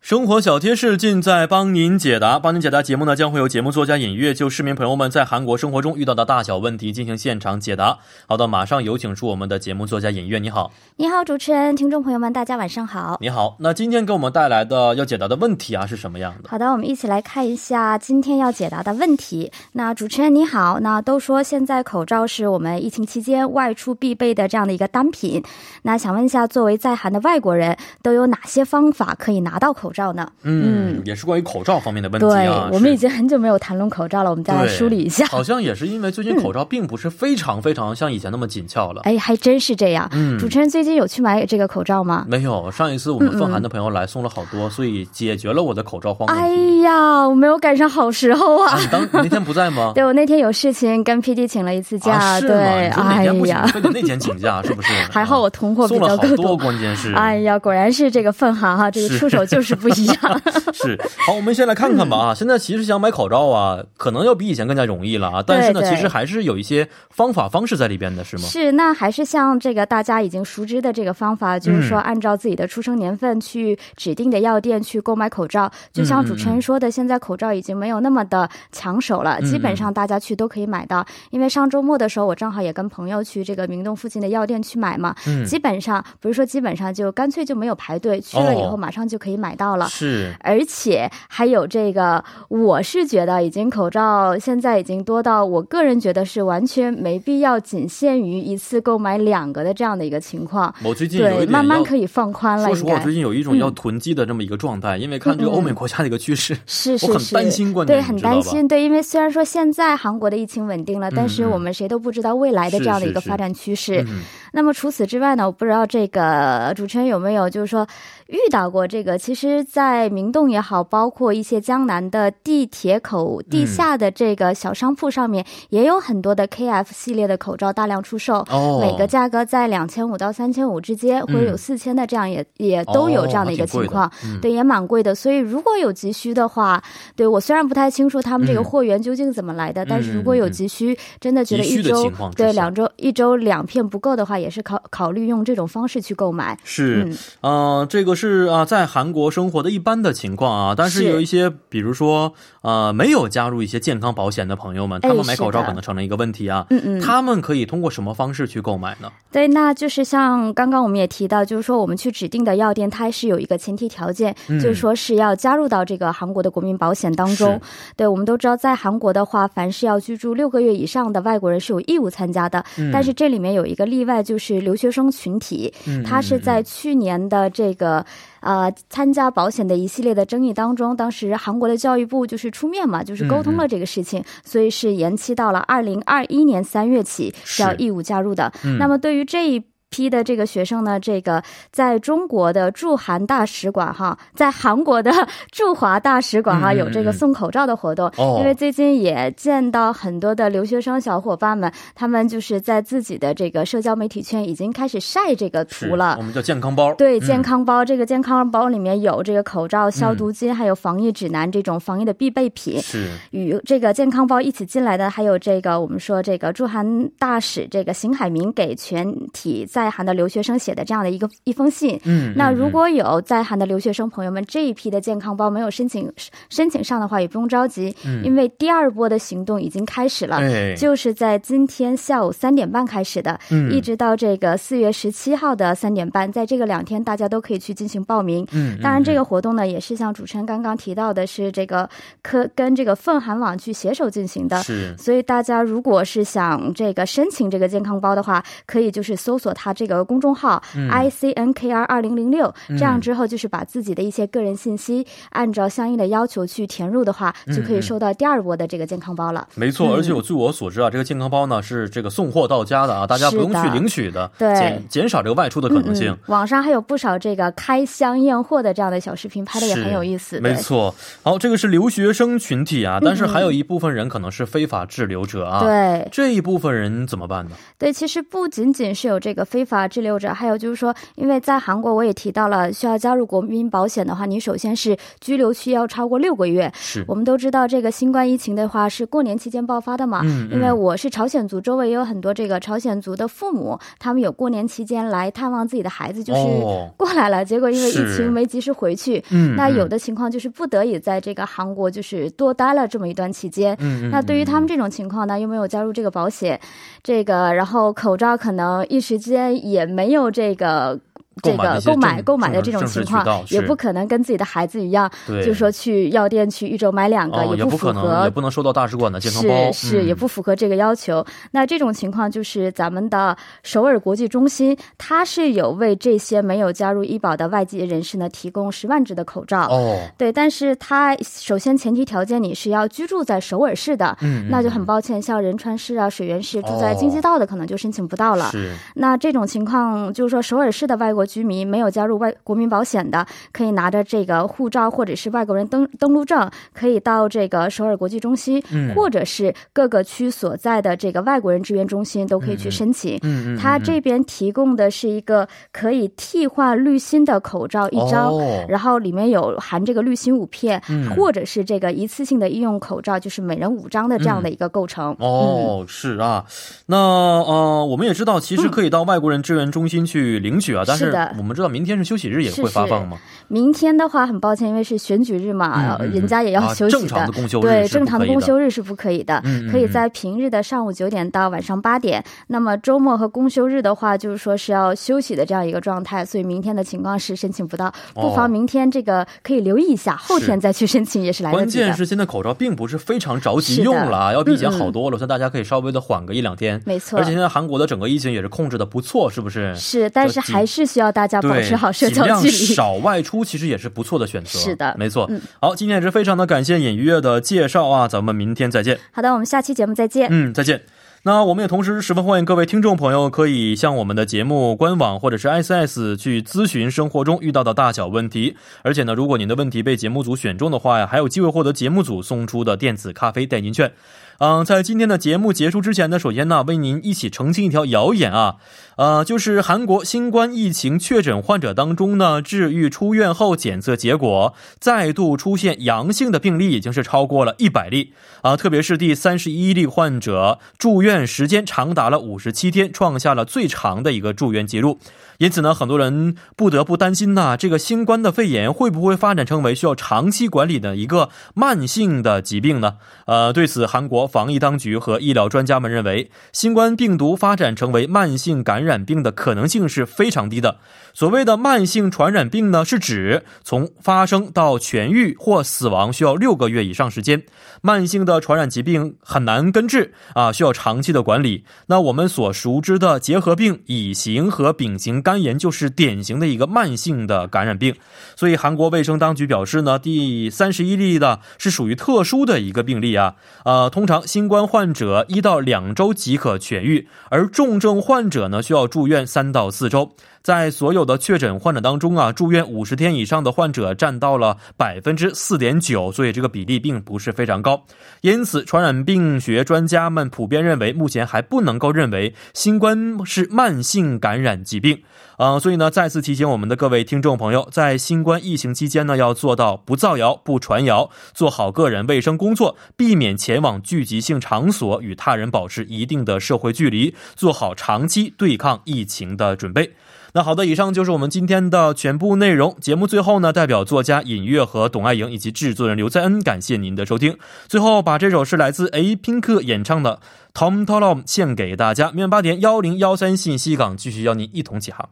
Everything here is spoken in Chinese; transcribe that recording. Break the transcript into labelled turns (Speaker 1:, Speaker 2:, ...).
Speaker 1: 生活小贴士尽在帮您解答。帮您解答节目呢，将会有节目作家尹月就市民朋友们在韩国生活中遇到的大小问题进行现场解答。好的，马上有请出我们的节目作家尹月，你好，
Speaker 2: 你好，主持人，听众朋友们，大家晚上好。
Speaker 1: 你好。那今天给我们带来的要解答的问题啊是什么样的？
Speaker 2: 好的，我们一起来看一下今天要解答的问题。那主持人你好，那都说现在口罩是我们疫情期间外出必备的这样的一个单品，那想问一下，作为在韩的外国人，都有哪些方法可以拿到口罩呢？
Speaker 1: 嗯，也是关于口罩方面的问
Speaker 2: 对
Speaker 1: 题啊。，
Speaker 2: 我们已
Speaker 1: 是
Speaker 2: 经很久没有谈论口罩了，我们再来
Speaker 1: 对
Speaker 2: 梳理 一下。
Speaker 1: 好像也是因为最近口罩并不是非常非常像以前那么紧俏了。
Speaker 2: 哎，还真是这样。
Speaker 1: 嗯
Speaker 2: 主持人最近有去买这个口罩吗？
Speaker 1: 没有，上一次我们凤涵的朋友来送了好多，所以解决了我的口罩荒
Speaker 2: 哎
Speaker 1: 问题。
Speaker 2: 呀，我没有赶上好时候啊
Speaker 1: 啊，！你当 你那天不在吗？
Speaker 2: 对我那天有事情跟 PD 请了一次假，
Speaker 1: 啊啊、是吗？
Speaker 2: 对，
Speaker 1: 你说哪
Speaker 2: 哎
Speaker 1: 天不请，
Speaker 2: 呀，
Speaker 1: 非得那天请假，是不是？ 啊
Speaker 2: 还好我囤货比
Speaker 1: 送了
Speaker 2: 较
Speaker 1: 好
Speaker 2: 够
Speaker 1: 多，关键是，
Speaker 2: 哎呀，果然是这个分行哈，这个
Speaker 1: 是
Speaker 2: 出手就是不一样。
Speaker 1: 是好，我们先来看看吧啊。现在其实想买口罩啊，可能要比以前更加容易了啊，但是呢，
Speaker 2: 对对
Speaker 1: 其实还是有一些方法方式在里边的，是吗？
Speaker 2: 是，那还是像这个大家已经熟知的这个方法，就是
Speaker 1: 嗯
Speaker 2: 说按照自己的出生年份去指定的药店去购买口罩。就像主
Speaker 1: 嗯
Speaker 2: 持人说的，现在口罩已经没有那么的抢手了，基本上大家去都可以买到。因为上周末的时候，我正好也跟朋友去这个明洞附近的药店去买嘛，
Speaker 1: 嗯
Speaker 2: 基本上不是说基本上就干脆就没有排队，去了以
Speaker 1: 哦
Speaker 2: 后马上就可以买到了。
Speaker 1: 是，
Speaker 2: 而且还有这个，我是觉得已经口罩现在已经多到我个人觉得是完全没必要仅限于一次购买两个的这样的一个情况。
Speaker 1: 我最近有一
Speaker 2: 对，
Speaker 1: 点
Speaker 2: 慢慢
Speaker 1: 要
Speaker 2: 可以放宽了，
Speaker 1: 说实
Speaker 2: 应
Speaker 1: 话，我
Speaker 2: 该嗯
Speaker 1: 最近有一种要囤积的这么一个状态，因为看这个欧美国家的一个趋势，
Speaker 2: 是
Speaker 1: 我
Speaker 2: 是
Speaker 1: 很
Speaker 2: 是，
Speaker 1: 担心关键
Speaker 2: 对，
Speaker 1: 你
Speaker 2: 很
Speaker 1: 知道
Speaker 2: 担
Speaker 1: 吧
Speaker 2: 心，对，因为虽然说现在韩国的疫情稳定了，但是
Speaker 1: 嗯
Speaker 2: 我们谁都不知道未来的
Speaker 1: 是
Speaker 2: 这样的
Speaker 1: 是
Speaker 2: 一个
Speaker 1: 是
Speaker 2: 发展趋势。
Speaker 1: 嗯，
Speaker 2: 那么除此之外呢，我不知道这个主持人有没有就是说遇到过这个。其实，在明洞也好，包括一些江南的地铁口地下的这个小商铺上面，也有很多的 KF 系列的口罩大量出售。
Speaker 1: 哦，
Speaker 2: 每个价格在两千五到三千五之间，或者有
Speaker 1: 嗯
Speaker 2: 四千的，这样也、也都有这样的一个情况、
Speaker 1: 哦还挺贵的嗯
Speaker 2: 对，也蛮贵的。所以如果有急需的话，对我虽然不太清楚他们这个
Speaker 1: 嗯
Speaker 2: 货源究竟怎么来的，但是如果有急需，真的觉得
Speaker 1: 急需
Speaker 2: 一
Speaker 1: 的
Speaker 2: 周
Speaker 1: 情况之
Speaker 2: 对
Speaker 1: 下
Speaker 2: 两周一周两片不够的话，也是考考虑用这种方式去购买。
Speaker 1: 是，
Speaker 2: 嗯
Speaker 1: 呃，这个是啊、在韩国生活的一般的情况啊，但是
Speaker 2: 是
Speaker 1: 有一些，比如说呃，没有加入一些健康保险的朋友们，
Speaker 2: 哎
Speaker 1: 他们买口罩
Speaker 2: 是的
Speaker 1: 可能成了一个问题啊。
Speaker 2: 嗯嗯，
Speaker 1: 他们可以通过什么方式去购买呢？
Speaker 2: 对，那就是像刚刚我们也提到，就是说我们去指定的药店，它是有一个前提条件，就是说是要加入到这个韩国的国民保险当
Speaker 1: 是
Speaker 2: 中。对，我们都知道，在韩国的话，凡是要居住六个月以上的外国人是有义务参加的，但是这里面有一个例外，就是留学生群体，他是在去年的这个。呃，参加保险的一系列的争议当中，当时韩国的教育部就是出面嘛，就是沟通了这个事情，所以是延期到了二零二一年三月起是要
Speaker 1: 是嗯
Speaker 2: 义务加入的。那么对于这一。批的这个学生呢，这个在中国的驻韩大使馆哈，在韩国的 驻华大使馆哈
Speaker 1: 嗯嗯
Speaker 2: 有这个
Speaker 1: 嗯
Speaker 2: 送口罩的活动，
Speaker 1: 哦
Speaker 2: 因为最近也见到很多的留学生小伙伴们，他们就是在自己的这个社交媒体圈已经开始晒这个
Speaker 1: 是
Speaker 2: 图了
Speaker 1: 我。们叫健康包。
Speaker 2: 对，
Speaker 1: 嗯
Speaker 2: 健康包、这个健康包里面有这个口罩、消毒巾，还有防疫指南这种防疫的必备品。
Speaker 1: 是
Speaker 2: 与这个健康包一起进来的，还有这个我们说这个驻韩大使这个邢海明给全体在韩的留学生写的这样的一个一封信。
Speaker 1: 嗯，
Speaker 2: 那
Speaker 1: 嗯
Speaker 2: 如
Speaker 1: 嗯
Speaker 2: 果有在韩的留学生朋友们这一批的健康包没有申请申请上的话，也不用着急，因为第二波的行动已经开始了。
Speaker 1: 嗯哎
Speaker 2: 就是在今天下午三点半开始的，
Speaker 1: 嗯
Speaker 2: 一直到这个四月十七号的三点半，在这个两天大家都可以去进行报名。
Speaker 1: 嗯，
Speaker 2: 当然，这
Speaker 1: 个
Speaker 2: 个活动呢，也是像主持人刚刚提到的，是这个科跟这个凤韩网去携手进行的。
Speaker 1: 是
Speaker 2: 所以大家如果是想这个申请这个健康包的话，可以就是搜索它这个公众号、i
Speaker 1: 嗯
Speaker 2: c n k r 二零零六，这样之后就是把自己的一些个人信息按照相应的要求去填入的话，
Speaker 1: 嗯
Speaker 2: 就可以收到第二波的这个健康包了。
Speaker 1: 没错，
Speaker 2: 嗯
Speaker 1: 而且我据我所知啊，这个健康包呢是这个送货到家的啊，大家不用
Speaker 2: 是
Speaker 1: 去
Speaker 2: 的
Speaker 1: 领取的，
Speaker 2: 对
Speaker 1: 减减少这个外出的可能性。
Speaker 2: 嗯，网上还有不少这个开箱验货的这样的小视频，拍的也很有意思。
Speaker 1: 是没
Speaker 2: 对嗯
Speaker 1: 错。好，这个是留学生群体啊，但是还有一部分人可能是非法滞留者啊。
Speaker 2: 对
Speaker 1: 这一部分人怎么办呢？
Speaker 2: 对，其实不仅仅是有这个非非法滞留者。还有就是说，因为在韩国我也提到了，需要加入国民保险的话，你首先是居留期要超过六个月。
Speaker 1: 是
Speaker 2: 我们都知道这个新冠疫情的话是过年期间爆发的嘛，
Speaker 1: 嗯嗯
Speaker 2: 因为我是朝鲜族，周围也有很多这个朝鲜族的父母，他们有过年期间来探望自己的孩子，就是
Speaker 1: 哦
Speaker 2: 过来了，结果因为疫
Speaker 1: 是
Speaker 2: 情没及时回去，
Speaker 1: 嗯
Speaker 2: 那有
Speaker 1: 嗯
Speaker 2: 的情况就是不得已在这个韩国就是多待了这么一段期间。
Speaker 1: 嗯嗯
Speaker 2: 那对于
Speaker 1: 嗯
Speaker 2: 他们这种情况呢，又没有加入这个保险，这个然后口罩可能一时间也没有这个。
Speaker 1: 购
Speaker 2: 这
Speaker 1: 买的
Speaker 2: 个
Speaker 1: 一些
Speaker 2: 购买
Speaker 1: 正
Speaker 2: 购买的这种
Speaker 1: 正式
Speaker 2: 情
Speaker 1: 渠道
Speaker 2: 况，也
Speaker 1: 是
Speaker 2: 不可能跟自己的孩子一样，
Speaker 1: 对
Speaker 2: 就说去药店去一周买两个，
Speaker 1: 哦也
Speaker 2: 不
Speaker 1: 可
Speaker 2: 符
Speaker 1: 能，也
Speaker 2: 合
Speaker 1: 不能收到大使馆的健康
Speaker 2: 是
Speaker 1: 包，
Speaker 2: 是、也
Speaker 1: 嗯
Speaker 2: 不符合这个要求。那这种情况就是咱们的首尔国际中心，它是有为这些没有加入医保的外籍人士呢提供十万只的口罩。
Speaker 1: 哦，
Speaker 2: 对，但是它首先前提条件你是要居住在首尔市的，
Speaker 1: 嗯，
Speaker 2: 那就
Speaker 1: 嗯
Speaker 2: 很抱歉，像仁川市啊、水源市住
Speaker 1: 哦
Speaker 2: 在京畿道的可能就申请不到了。
Speaker 1: 是
Speaker 2: 那这种情况就是说，首尔市的外国居民没有加入外国民保险的，可以拿着这个护照或者是外国人登登陆证，可以到这个首尔国际中心，
Speaker 1: 嗯
Speaker 2: 或者是各个区所在的这个外国人支援中心都可以
Speaker 1: 嗯嗯
Speaker 2: 去申请。
Speaker 1: 嗯嗯，
Speaker 2: 它
Speaker 1: 嗯
Speaker 2: 这边提供的是一个可以替换滤芯的口罩一张，
Speaker 1: 哦
Speaker 2: 然后里面有含这个滤芯五片、
Speaker 1: 嗯
Speaker 2: 或者是这个一次性的医用口罩，就是每人五张的这样的一个构成。
Speaker 1: 嗯哦，
Speaker 2: 嗯
Speaker 1: 是啊，那呃，我们也知道，其实可以到外国人支援中心去领取啊，但
Speaker 2: 是
Speaker 1: 是
Speaker 2: 的
Speaker 1: 我们知道明天是休息日，也
Speaker 2: 是
Speaker 1: 会发
Speaker 2: 是
Speaker 1: 放嘛，
Speaker 2: 明天的话，很抱歉，因为是选举日嘛，
Speaker 1: 嗯
Speaker 2: 呃
Speaker 1: 嗯嗯
Speaker 2: 人家也要
Speaker 1: 啊
Speaker 2: 休息的。
Speaker 1: 正常的公休日
Speaker 2: 对，
Speaker 1: 是不
Speaker 2: 正常的
Speaker 1: 可以
Speaker 2: 公
Speaker 1: 的
Speaker 2: 休日是不可以的，
Speaker 1: 嗯嗯
Speaker 2: 可以在平日的上午九点到晚上八点。那么周末和公休日的话，就是说是要休息的这样一个状态，所以明天的情况是申请不到，不
Speaker 1: 哦
Speaker 2: 妨明天这个可以留意一下，后天再去申请也是来得
Speaker 1: 关
Speaker 2: 及的
Speaker 1: 键。是现在口罩并不是非常着急
Speaker 2: 是的
Speaker 1: 用了啊，要比以前
Speaker 2: 嗯嗯
Speaker 1: 好多了，所以大家可以稍微的缓个一两天。
Speaker 2: 没错
Speaker 1: 而且现在韩国的整个疫情也是控制的不错，是不是？
Speaker 2: 是，但是
Speaker 1: 紧
Speaker 2: 还是需要大家保
Speaker 1: 对，
Speaker 2: 持好社
Speaker 1: 尽
Speaker 2: 交
Speaker 1: 量
Speaker 2: 距离。
Speaker 1: 少外出其实也是不错的选择。
Speaker 2: 是的嗯
Speaker 1: 没错。好，今天也是非常的感谢尹月的介绍啊，咱们明天再见。
Speaker 2: 好的，我们下期节目再见。
Speaker 1: 嗯，再见。那我们也同时十分欢迎各位听众朋友可以向我们的节目官网或者是 ICS 去咨询生活中遇到的大小问题。而且呢，如果您的问题被节目组选中的话呀，还有机会获得节目组送出的电子咖啡代金券。嗯，在今天的节目结束之前呢，首先呢，为您一起澄清一条谣言啊，呃，就是韩国新冠疫情确诊患者当中呢，治愈出院后检测结果再度出现阳性的病例已经是超过了一百例啊、特别是第三十一例患者住院时间长达了五十七天，创下了最长的一个住院记录。因此呢，很多人不得不担心呐、这个新冠的肺炎会不会发展成为需要长期管理的一个慢性的疾病呢？呃，对此，韩国防疫当局和医疗专家们认为，新冠病毒发展成为慢性感染病的可能性是非常低的。所谓的慢性传染病呢，是指从发生到痊愈或死亡需要六个月以上时间。慢性的传染疾病很难根治啊，需要长期的管理。那我们所熟知的结核病、乙型和丙型肝炎就是典型的一个慢性的感染病。所以，韩国卫生当局表示呢，第三十一例的是属于特殊的一个病例啊。呃，通常新冠患者一到两周即可痊愈，而重症患者呢需要住院三到四周。在所有的确诊患者当中啊，住院五十天以上的患者占到了百分之四点九，所以这个比例并不是非常高。因此，传染病学专家们普遍认为，目前还不能够认为新冠是慢性感染疾病。呃，所以呢，再次提醒我们的各位听众朋友，在新冠疫情期间呢，要做到不造谣、不传谣，做好个人卫生工作，避免前往聚集性场所，与他人保持一定的社会距离，做好长期对抗疫情的准备。那好的，以上就是我们今天的全部内容。节目最后呢，代表作家尹月和董爱莹以及制作人刘在恩，感谢您的收听。最后把这首是来自 A Pink 演唱的《Tom Tom》献给大家。明晚八点幺零幺三信息港继续邀您一同起航。